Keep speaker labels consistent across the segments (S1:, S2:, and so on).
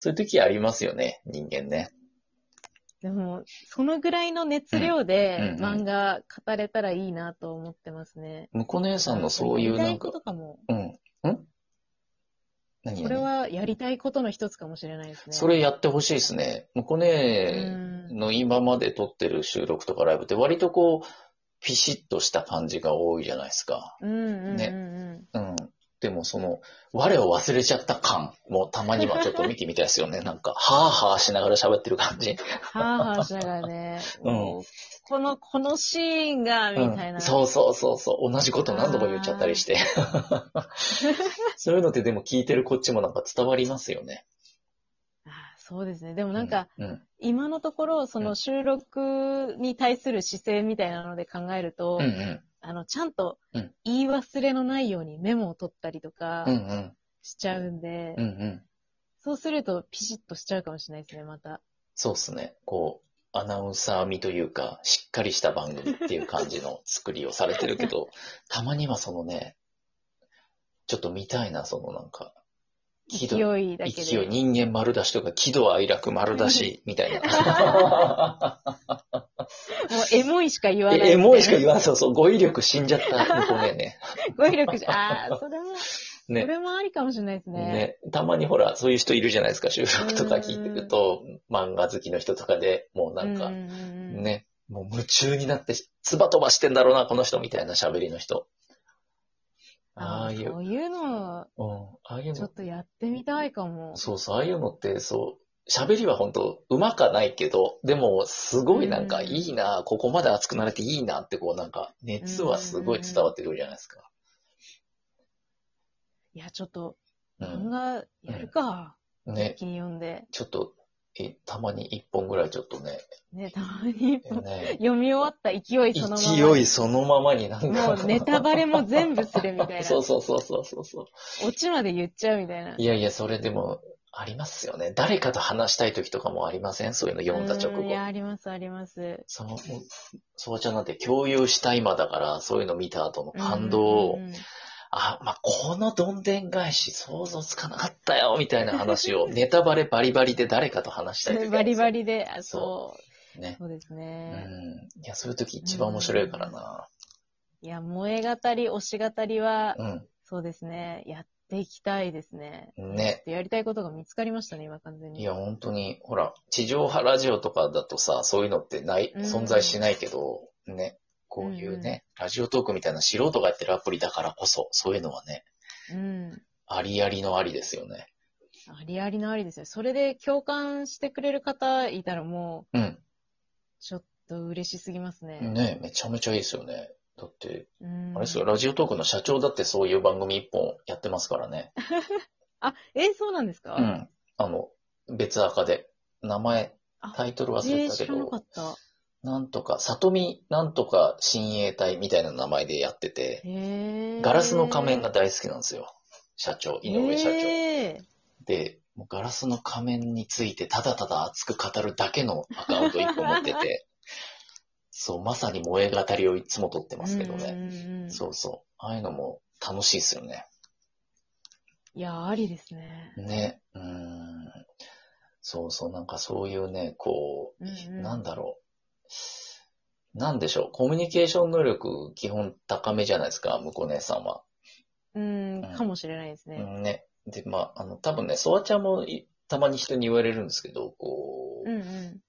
S1: そういう時ありますよね、人間ね。
S2: でも、そのぐらいの熱量で
S1: うんうんうん
S2: 漫画語れたらいいなと思ってますね。
S1: 向こう姉さんのそういう
S2: やり
S1: な
S2: た
S1: ん
S2: いこ
S1: か、
S2: とかも、
S1: うん。ん何
S2: これ
S1: 何
S2: はやりたいことの一つかもしれないですね。
S1: それやってほしいですね。向こう姉
S2: うん
S1: の今まで撮ってる収録とかライブって割とこう、ピシッとした感じが多いじゃないですか。
S2: うんうんうんう
S1: う
S2: ん。
S1: ん。でもその、我を忘れちゃった感もたまにはちょっと見てみたいですよ ね。なんか、はぁはぁしながら喋ってる感じ。。
S2: はあはあしながらね
S1: うん
S2: もうこの、このシーンが、みたいな。
S1: うん、そうそうそうそう。同じこと何度も言っちゃったりして。 そういうのってでも聞いてるこっちもなんか伝わりますよね。
S2: あーそうですね。でもなんか、、
S1: うん。
S2: 今のところ、そ
S1: うん
S2: の収録に対する姿勢みたいなので考えると、
S1: うんうん。
S2: あの、ちゃんと
S1: うん
S2: 言い忘れのないようにメモを取ったりとか
S1: うんうん。
S2: しちゃうんで、
S1: うんうん。
S2: そうするとピシッとしちゃうかもしれないですね、また。
S1: そうっすね。こう、アナウンサー味というか、しっかりした番組っていう感じの作りをされてるけ ど、たまにはそのね、ちょっと見たいな、そのなんか、喜怒
S2: 勢いだけで。
S1: 勢い、人間丸出しとか、喜怒哀楽丸出し、みたい な。
S2: もうエモいしか言わない、
S1: えエモいしか言わない。そうそう、語彙力死んじゃった。ごめんね。
S2: 語彙力じゃ、 ああ、それも、
S1: ね
S2: それもありかもしれないですね。
S1: ね、たまにほら、そういう人いるじゃないですか、収録とか聞いてると、漫画好きの人とかでもうなん
S2: う
S1: か、
S2: んうんうん、
S1: ね、もう夢中になって、唾飛ばしてんだろうな、この人みたいな喋りの人。ああい、
S2: そうういうのを
S1: うん、ああいう
S2: ちょ
S1: の、
S2: っとやってみたいかも。
S1: そうそう、ああいうのって、そう、喋りは本当うまかないけど、でも、すごいなんか、
S2: うん
S1: いいな、ここまで熱くなれていいなって、こうなんか、熱はすごい伝わってくるじゃないですか。
S2: いや、ちょっと、
S1: う
S2: 漫
S1: ん。
S2: 画やるか。
S1: ね
S2: 一、気に読んで。
S1: ちょっと、えたまに一本ぐらいちょっと ね、
S2: ね、たま
S1: ね
S2: に、読み終わった勢いそのまま。
S1: 勢いそのままになんか。
S2: もうネタバレも全部するみたい な。
S1: そうそうそうそうそうそう。
S2: オチまで言っちゃうみたいな。
S1: いやいや、それでも、ありますよね。誰かと話したい時とかもありませんそういうの読んだ直
S2: うんいや、
S1: 後。
S2: あります、あります。
S1: その、そうちゃんなんて共有した今だから、そういうの見た後の感動
S2: う
S1: を
S2: ん、うんうん
S1: あ、まあ、このどんでん返し想像つかなかったよ、みたいな話 を、ネタバレバリバリで誰かと話したい時
S2: バリバ
S1: リ。
S2: リで、あ
S1: そ
S2: そう。
S1: ね。
S2: そうです
S1: う
S2: ね。
S1: ん。いや、そういう時一番面白いからな。
S2: いや、萌え語り、推し語りは、
S1: うん。
S2: そうですね。やっていきたいですね。
S1: ね。
S2: でやりたいことが見つかりましたね、今完全に。
S1: いや、本当に、ほら、地上波ラジオとかだとさ、そういうのってない、
S2: うん
S1: 存在しないけど、ね、こういうね、ラジオトークみたいな素人がやってるアプリだからこそ、そういうのはね、
S2: うん。
S1: ありありのありですよね。
S2: ありありのありですよ。それで共感してくれる方いたらもう、
S1: うん。
S2: ちょっと嬉しすぎますね。
S1: ね、めちゃめちゃいいですよね。だって、
S2: うん
S1: あれですよ、ラジオトークの社長だってそういう番組一本やってますからね。
S2: あ、えーそうなんですか、
S1: うん。あの、別赤で。名前、タイトル忘
S2: え
S1: れ
S2: ー
S1: たけ
S2: 知らなか
S1: ど
S2: っ、た。
S1: なんとか、里見なんとか親衛隊みたいな名前でやってて、
S2: へー
S1: ガラスの仮面が大好きなんですよ。社長、井上社長。
S2: へー
S1: で、もうガラスの仮面についてただただ熱く語るだけのアカウント1個持ってて、 そう、まさに萌え語りをいつも撮ってますけど
S2: う
S1: ね。
S2: んうんうん
S1: そうそう。ああいうのも楽しいですよね。
S2: いや、ありですね。
S1: ね。うーん。そうそう、なんかそういうね、こう、
S2: うんうん
S1: なんだろう。なんでしょう。コミュニケーション能力基本高めじゃないですか、向こう姉さんは。
S2: うん
S1: うん、
S2: かもしれないです
S1: う
S2: ね。
S1: んね。で、まあ、あの、多分ね、ソワちゃんもいたまに人に言われるんですけど、こう、
S2: うんうん。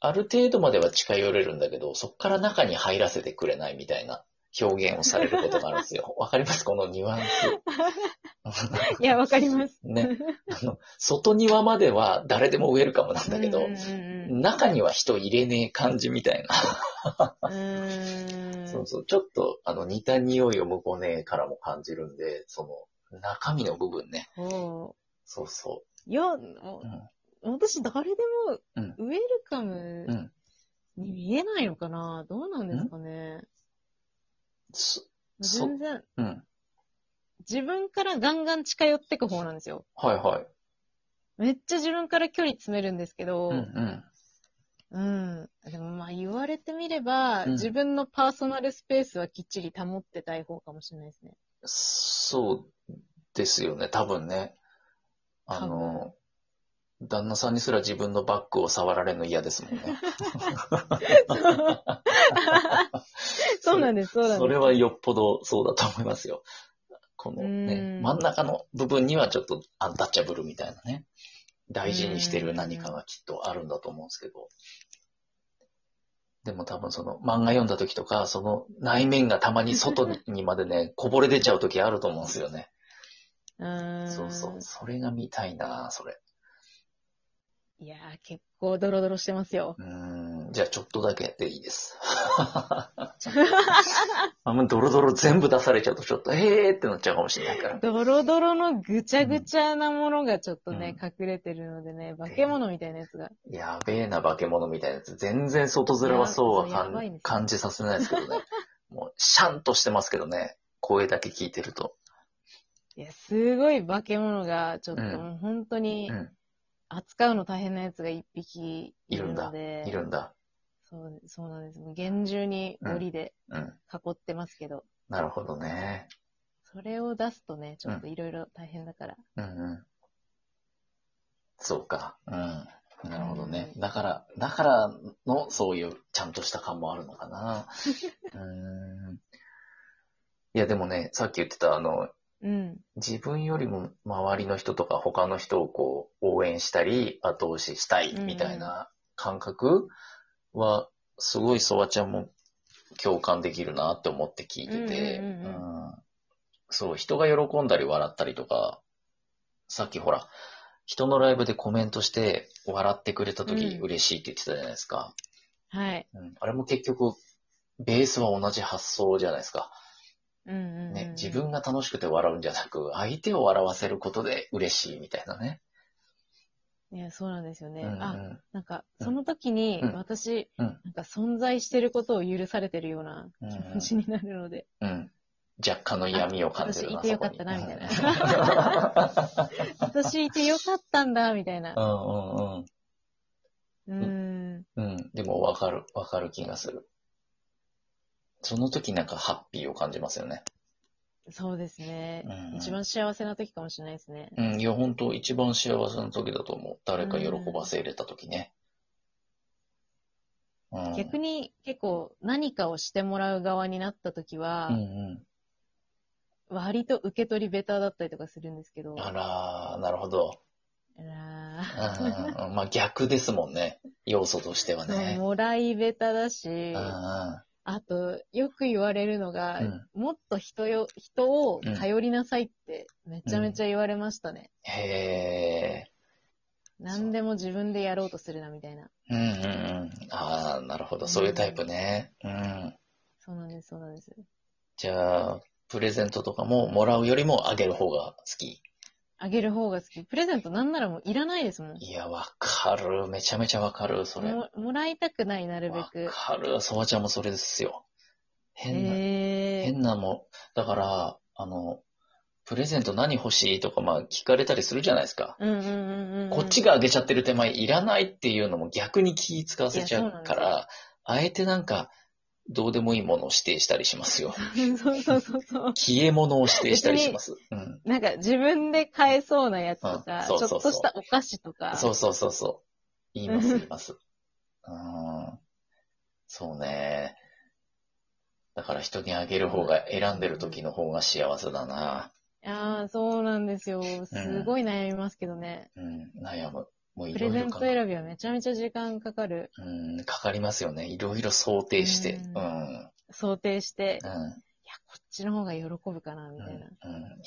S1: ある程度までは近寄れるんだけど、そこから中に入らせてくれないみたいな表現をされることがあるんです よ。わかりますこのニュアンス。
S2: いや、わかります。
S1: ね。あの、外庭までは誰でもウェルカムなんだけど、
S2: うんうんうんうん
S1: 中には人入れねえ感じみたいな。
S2: うーん。
S1: そうそう。ちょっと、あの、似た匂いを向こうねからも感じるんで、その、中身の部分ね。
S2: ほ
S1: そうそう
S2: いや、
S1: う。うん。
S2: 私、誰でも
S1: うん、
S2: ウェルカ
S1: う
S2: ム
S1: ん。
S2: に見えないのかなどうなんですかね
S1: そそ
S2: 全然、
S1: うん。
S2: 自分からガンガン近寄ってく方なんですよ。
S1: はいはい。
S2: めっちゃ自分から距離詰めるんですけど、
S1: うんうん。
S2: うん。でもまあ言われてみれば、
S1: うん
S2: 自分のパーソナルスペースはきっちり保ってたい方かもしれない ですね。
S1: そうですよね、多分ね。あの、旦那さんにすら自分のバッグを触られるの嫌ですもんね。
S2: そうなんです、 そうなんです。
S1: それはよっぽどそうだと思いますよ。この
S2: う
S1: ね
S2: ん、
S1: 真ん中の部分にはちょっとアンタッチャブルみたいなね、大事にしてる何かがきっとあるんだと思うんですけど。でも多分その漫画読んだ時とか、その内面がたまに外にまでね、こぼれ出ちゃう時あると思うんですよね。
S2: うん。
S1: そうそう。それが見たいなそれ。
S2: いやー、結構ドロドロしてますよ。
S1: うーん。じゃあちょっとだけでいいです。あんまドロドロ全部出されちゃうとちょっと、えーってなっちゃうかもしれないから。
S2: ドロドロのぐちゃぐちゃなものがちょっとね、
S1: う
S2: 隠れてるのでね、化け物みたいなやつが。
S1: やべえな化け物みたいなやつ。全然外面はそうはい
S2: や
S1: か
S2: やばいん
S1: ん
S2: ですよ
S1: 感じさせないですけどね。もう、シャンとしてますけどね。声だけ聞いてると。
S2: いや、すごい化け物が、ちょっと
S1: うん
S2: もう本当に
S1: うん。
S2: 扱うの大変なやつが一匹いるので。
S1: いるんだ。
S2: そうそうなんです。もう厳重に檻で
S1: うん。
S2: 囲ってますけど、
S1: なるほどね。
S2: それを出すとね、ちょっといろいろ大変だから。
S1: うんうん。そうか。うん。なるほどね。
S2: うん
S1: だから、だからの、そういうちゃんとした感もあるのか な。うーん。いや、でもね、さっき言ってた、あの、
S2: うん。
S1: 自分よりも周りの人とか他の人をこう応援したり後押ししたいみたいな感覚はすごいソワちゃんも共感できるなって思って聞いてて、
S2: うんうんうんう
S1: うんそう、人が喜んだり笑ったりとか、さっきほら、人のライブでコメントして笑ってくれた時
S2: うん
S1: 嬉しいって言ってたじゃないですか。
S2: はい。
S1: うん、あれも結局、ベースは同じ発想じゃないですか。
S2: うんうん、うん。
S1: ね、自分が楽しくて笑うんじゃなく、相手を笑わせることで嬉しいみたいなね。
S2: いや、そうなんですよね。
S1: うんうん
S2: あ、なんか、その時に
S1: うん
S2: 私、
S1: うん
S2: なんか存在してることを許されてるような
S1: うんうん
S2: 気持ちになるので、
S1: うん。若干の闇を感じるな、
S2: あ私いてよかったなみたいな 私いてよかったんだ、みたいな。
S1: な。
S2: うー
S1: うん
S2: ん。
S1: うんうん。うん。でもわかる、わかる気がする。その時なんかハッピーを感じますよね。
S2: そうですね
S1: う。んうん
S2: 一番幸せな時かもしれないですね。
S1: うん。いや、本当一番幸せな時だと思う。誰か喜ばせ入れた時ね。うん。
S2: 逆に結構何かをしてもらう側になった時は、
S1: うんうん。
S2: 割と受け取りベタだったりとかするんですけど、
S1: あらー、なるほど。
S2: あら
S1: う
S2: ー
S1: んうんうんまあ逆ですもんね。要素としては
S2: そう
S1: ね。
S2: もらいベタだ
S1: う
S2: し
S1: ん、うん。
S2: あと、よく言われるのが、
S1: うん
S2: もっと人よ、人を頼りなさいって、めちゃめちゃ言われましたね。
S1: へえ。
S2: 何でも自分でやろうとするな、みたいな。
S1: うんうんうん。ああ、なるほど。そういうタイプね。うん。
S2: そうなんです、そうなんです。
S1: じゃあ、プレゼントとかももらうよりもあげる方が好き。
S2: あげる方が好き。プレゼントなんならもういらないですもん。
S1: いや、わかる。めちゃめちゃわかる。それ。わ
S2: ももらいたくない、なるべく。
S1: かる。そばちゃんもそれですよ。変な、
S2: へえ。
S1: 変なもん。だから、あの、プレゼント何欲しいとか、まあ聞かれたりするじゃないですか。
S2: うんうんうんうん。
S1: こっちがあげちゃってる手前いらないっていうのも逆に気使わせちゃうか
S2: いやそう
S1: ら、あえてなんか、どうでもいいものを指定したりしますよ。
S2: そうそうそうそう。
S1: 消え物を指定したりします。うん。
S2: なんか自分で買えそうなやつと
S1: うん
S2: か、ち
S1: そ
S2: ょ
S1: うそ
S2: っ
S1: うそう
S2: としたお菓子とか。
S1: そうそうそうそう。言います、言います。 うーん。そうね。だから人にあげる方が、選んでる時の方が幸せだな。
S2: ああ、そうなんですよ。すごい悩みますけどね。
S1: うん。悩む。もうい
S2: プ
S1: ろ
S2: レ
S1: い
S2: ゼ
S1: ろ
S2: ント
S1: 考え
S2: 選びはめちゃめちゃ時間かかる。
S1: うん、かかりますよね。いろいろ想定して。
S2: う
S1: うんん。
S2: 想定して、いや、
S1: うん。
S2: こっちの方が喜ぶかな、みたいな。
S1: うんうん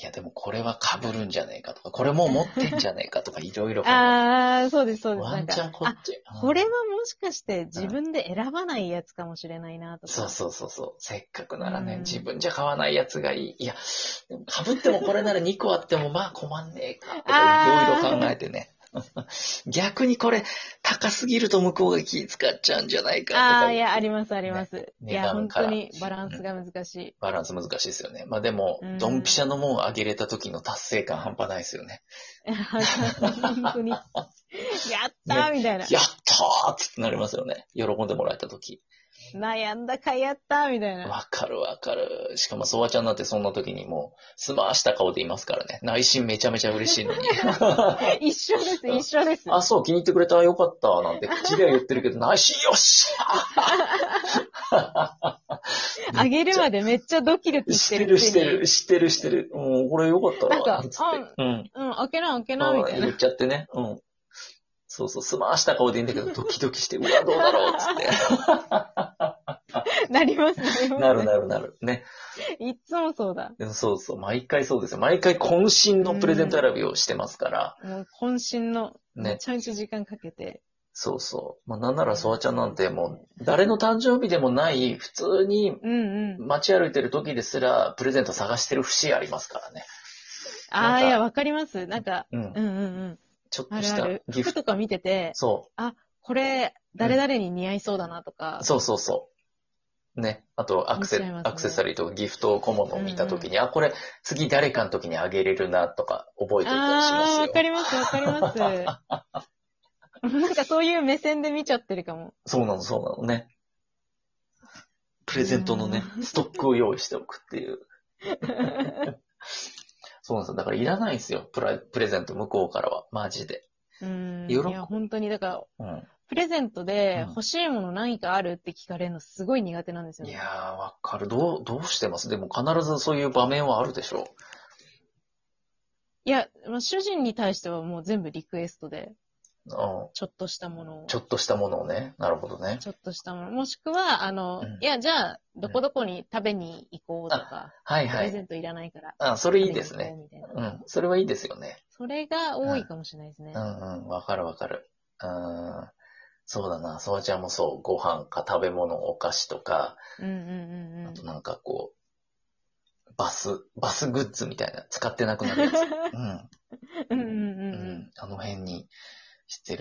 S1: いや、でもこれは被るんじゃねえかとか、これもう持ってんじゃねえかとか、いろいろ考え
S2: ああ、そうです、そう
S1: て。
S2: です。
S1: ワ
S2: な
S1: ン
S2: ん
S1: チャン
S2: か、
S1: こ
S2: あ、
S1: っち。うん
S2: これはもしかして自分で選ばないやつかもしれないな、とか。
S1: そうそうそうそう。せっかくならね、
S2: うん
S1: 自分じゃ買わないやつがいい。いや、被ってもこれなら2個あっても、まあ困んねえかと
S2: あ
S1: か、い
S2: ー
S1: ろいろ考えてね。 逆にこれ、高すぎると向こうが気使っちゃうんじゃないかと
S2: あ
S1: か
S2: あ、いや、あります、あります。い
S1: 値
S2: や、
S1: 段
S2: 本
S1: から
S2: 当にバランスが難しい。
S1: バランス難しいですよね。まあでも
S2: うん、
S1: ドンピシャのもんあげれた時の達成感半端ないですよね。
S2: 本当に。やったーみたいな。
S1: やったーっつってなりますよね。喜んでもらえた時。
S2: 悩んだかいやった、みたいな。
S1: わかるわかる。しかも、ソワちゃんなんてそんな時にもう、すました顔でいますからね。内心めちゃめちゃ嬉しいの に。
S2: 一緒です、一緒です。
S1: あ、そう、気に入ってくれた、よかった、なんて口では言ってる けど、内心よっし
S2: あげるまでめっちゃドキド
S1: ゃ
S2: キし
S1: してて
S2: る
S1: る、
S2: くせ
S1: し
S2: に
S1: てる、してる、してる。もうん、これよかった
S2: なんか
S1: わ、なんつって。うん。
S2: うん、開けな、開けな、み
S1: あ
S2: たい
S1: 言
S2: な。
S1: っちゃってね。うん。そうそう、すました顔でいいんだ けど、ドキドキして、うわ、どうだろう、つって。
S2: なります、なりま
S1: な
S2: す。
S1: るなるなる。ね。
S2: いっつもそうだ。
S1: でもそうそう、毎回そうですよ。毎回渾身のプレゼント選びをしてますから。
S2: もう渾身の、
S1: ね
S2: めちゃめちゃ時間かけて。
S1: そうそう。まあ、なんなら、ソワちゃんなんてもう、誰の誕生日でもない、普通に
S2: うんうん。
S1: 街歩いてる時ですら、プレゼント探してる節ありますからね。
S2: あ
S1: なん
S2: あ、
S1: か
S2: いや、わかります。なんか、
S1: うん
S2: う。んうんうん。
S1: ちょっ
S2: あ
S1: と
S2: る
S1: し
S2: あ
S1: た
S2: る。
S1: ギフ
S2: 服
S1: ト。
S2: とか見てて、
S1: そ
S2: これ、誰々に似合いそうだなとか
S1: う。、そうそうそう。ね。あと、アクセ、
S2: 見ちゃいますね
S1: アクセサリーとかギフト小物を見た時に、あ、これ、次誰かの時にあげれるな、とか、覚えていたりします
S2: ああ、わ
S1: よ
S2: か。ります、わかります。 なんかそういう目線で見ちゃってるかも。
S1: そうなの、そうなのね。プレゼントのね、ストックを用意しておくって いう。そうなんですよ。だからいらないんですよ。プラプレゼント向こうからは。マジで。
S2: うん。
S1: 喜
S2: い
S1: ぶ
S2: や、本当に、だから、
S1: うん。
S2: プレゼントで
S1: うん
S2: 欲しいもの何かあるって聞かれるのすごい苦手なんですよ
S1: い
S2: ね。
S1: やー、わかる。どう、どうしてますでも必ずそういう場面はあるでしょ
S2: いや、まあ主人に対してはもう全部リクエストで、
S1: う。う
S2: ちょっとしたものを
S1: ん。ち。ょっとしたものをね。なるほどね。
S2: ちょっとしたもの。もしくは、あの、
S1: うん
S2: いや、じゃあ、どこどこに食べに行こうとか、
S1: はい
S2: プ
S1: は
S2: レゼ
S1: い。
S2: ントいらないから。
S1: あ、それいいです
S2: 食べ
S1: ね。
S2: に行こうみたいな。
S1: うん。それはいいですよね。
S2: それが多いかもしれないですね
S1: う。んうん。わかるわかる。うん。そうだな。ソワちゃんもそう。ご飯か食べ物、お菓子とか、
S2: うんうんうんう
S1: あ
S2: ん
S1: と。なんかこう、バス、バスグッズみたい な。使ってなくなるやつ。うん。
S2: うんうんうん
S1: う
S2: うん。
S1: ん。あの辺にしてる。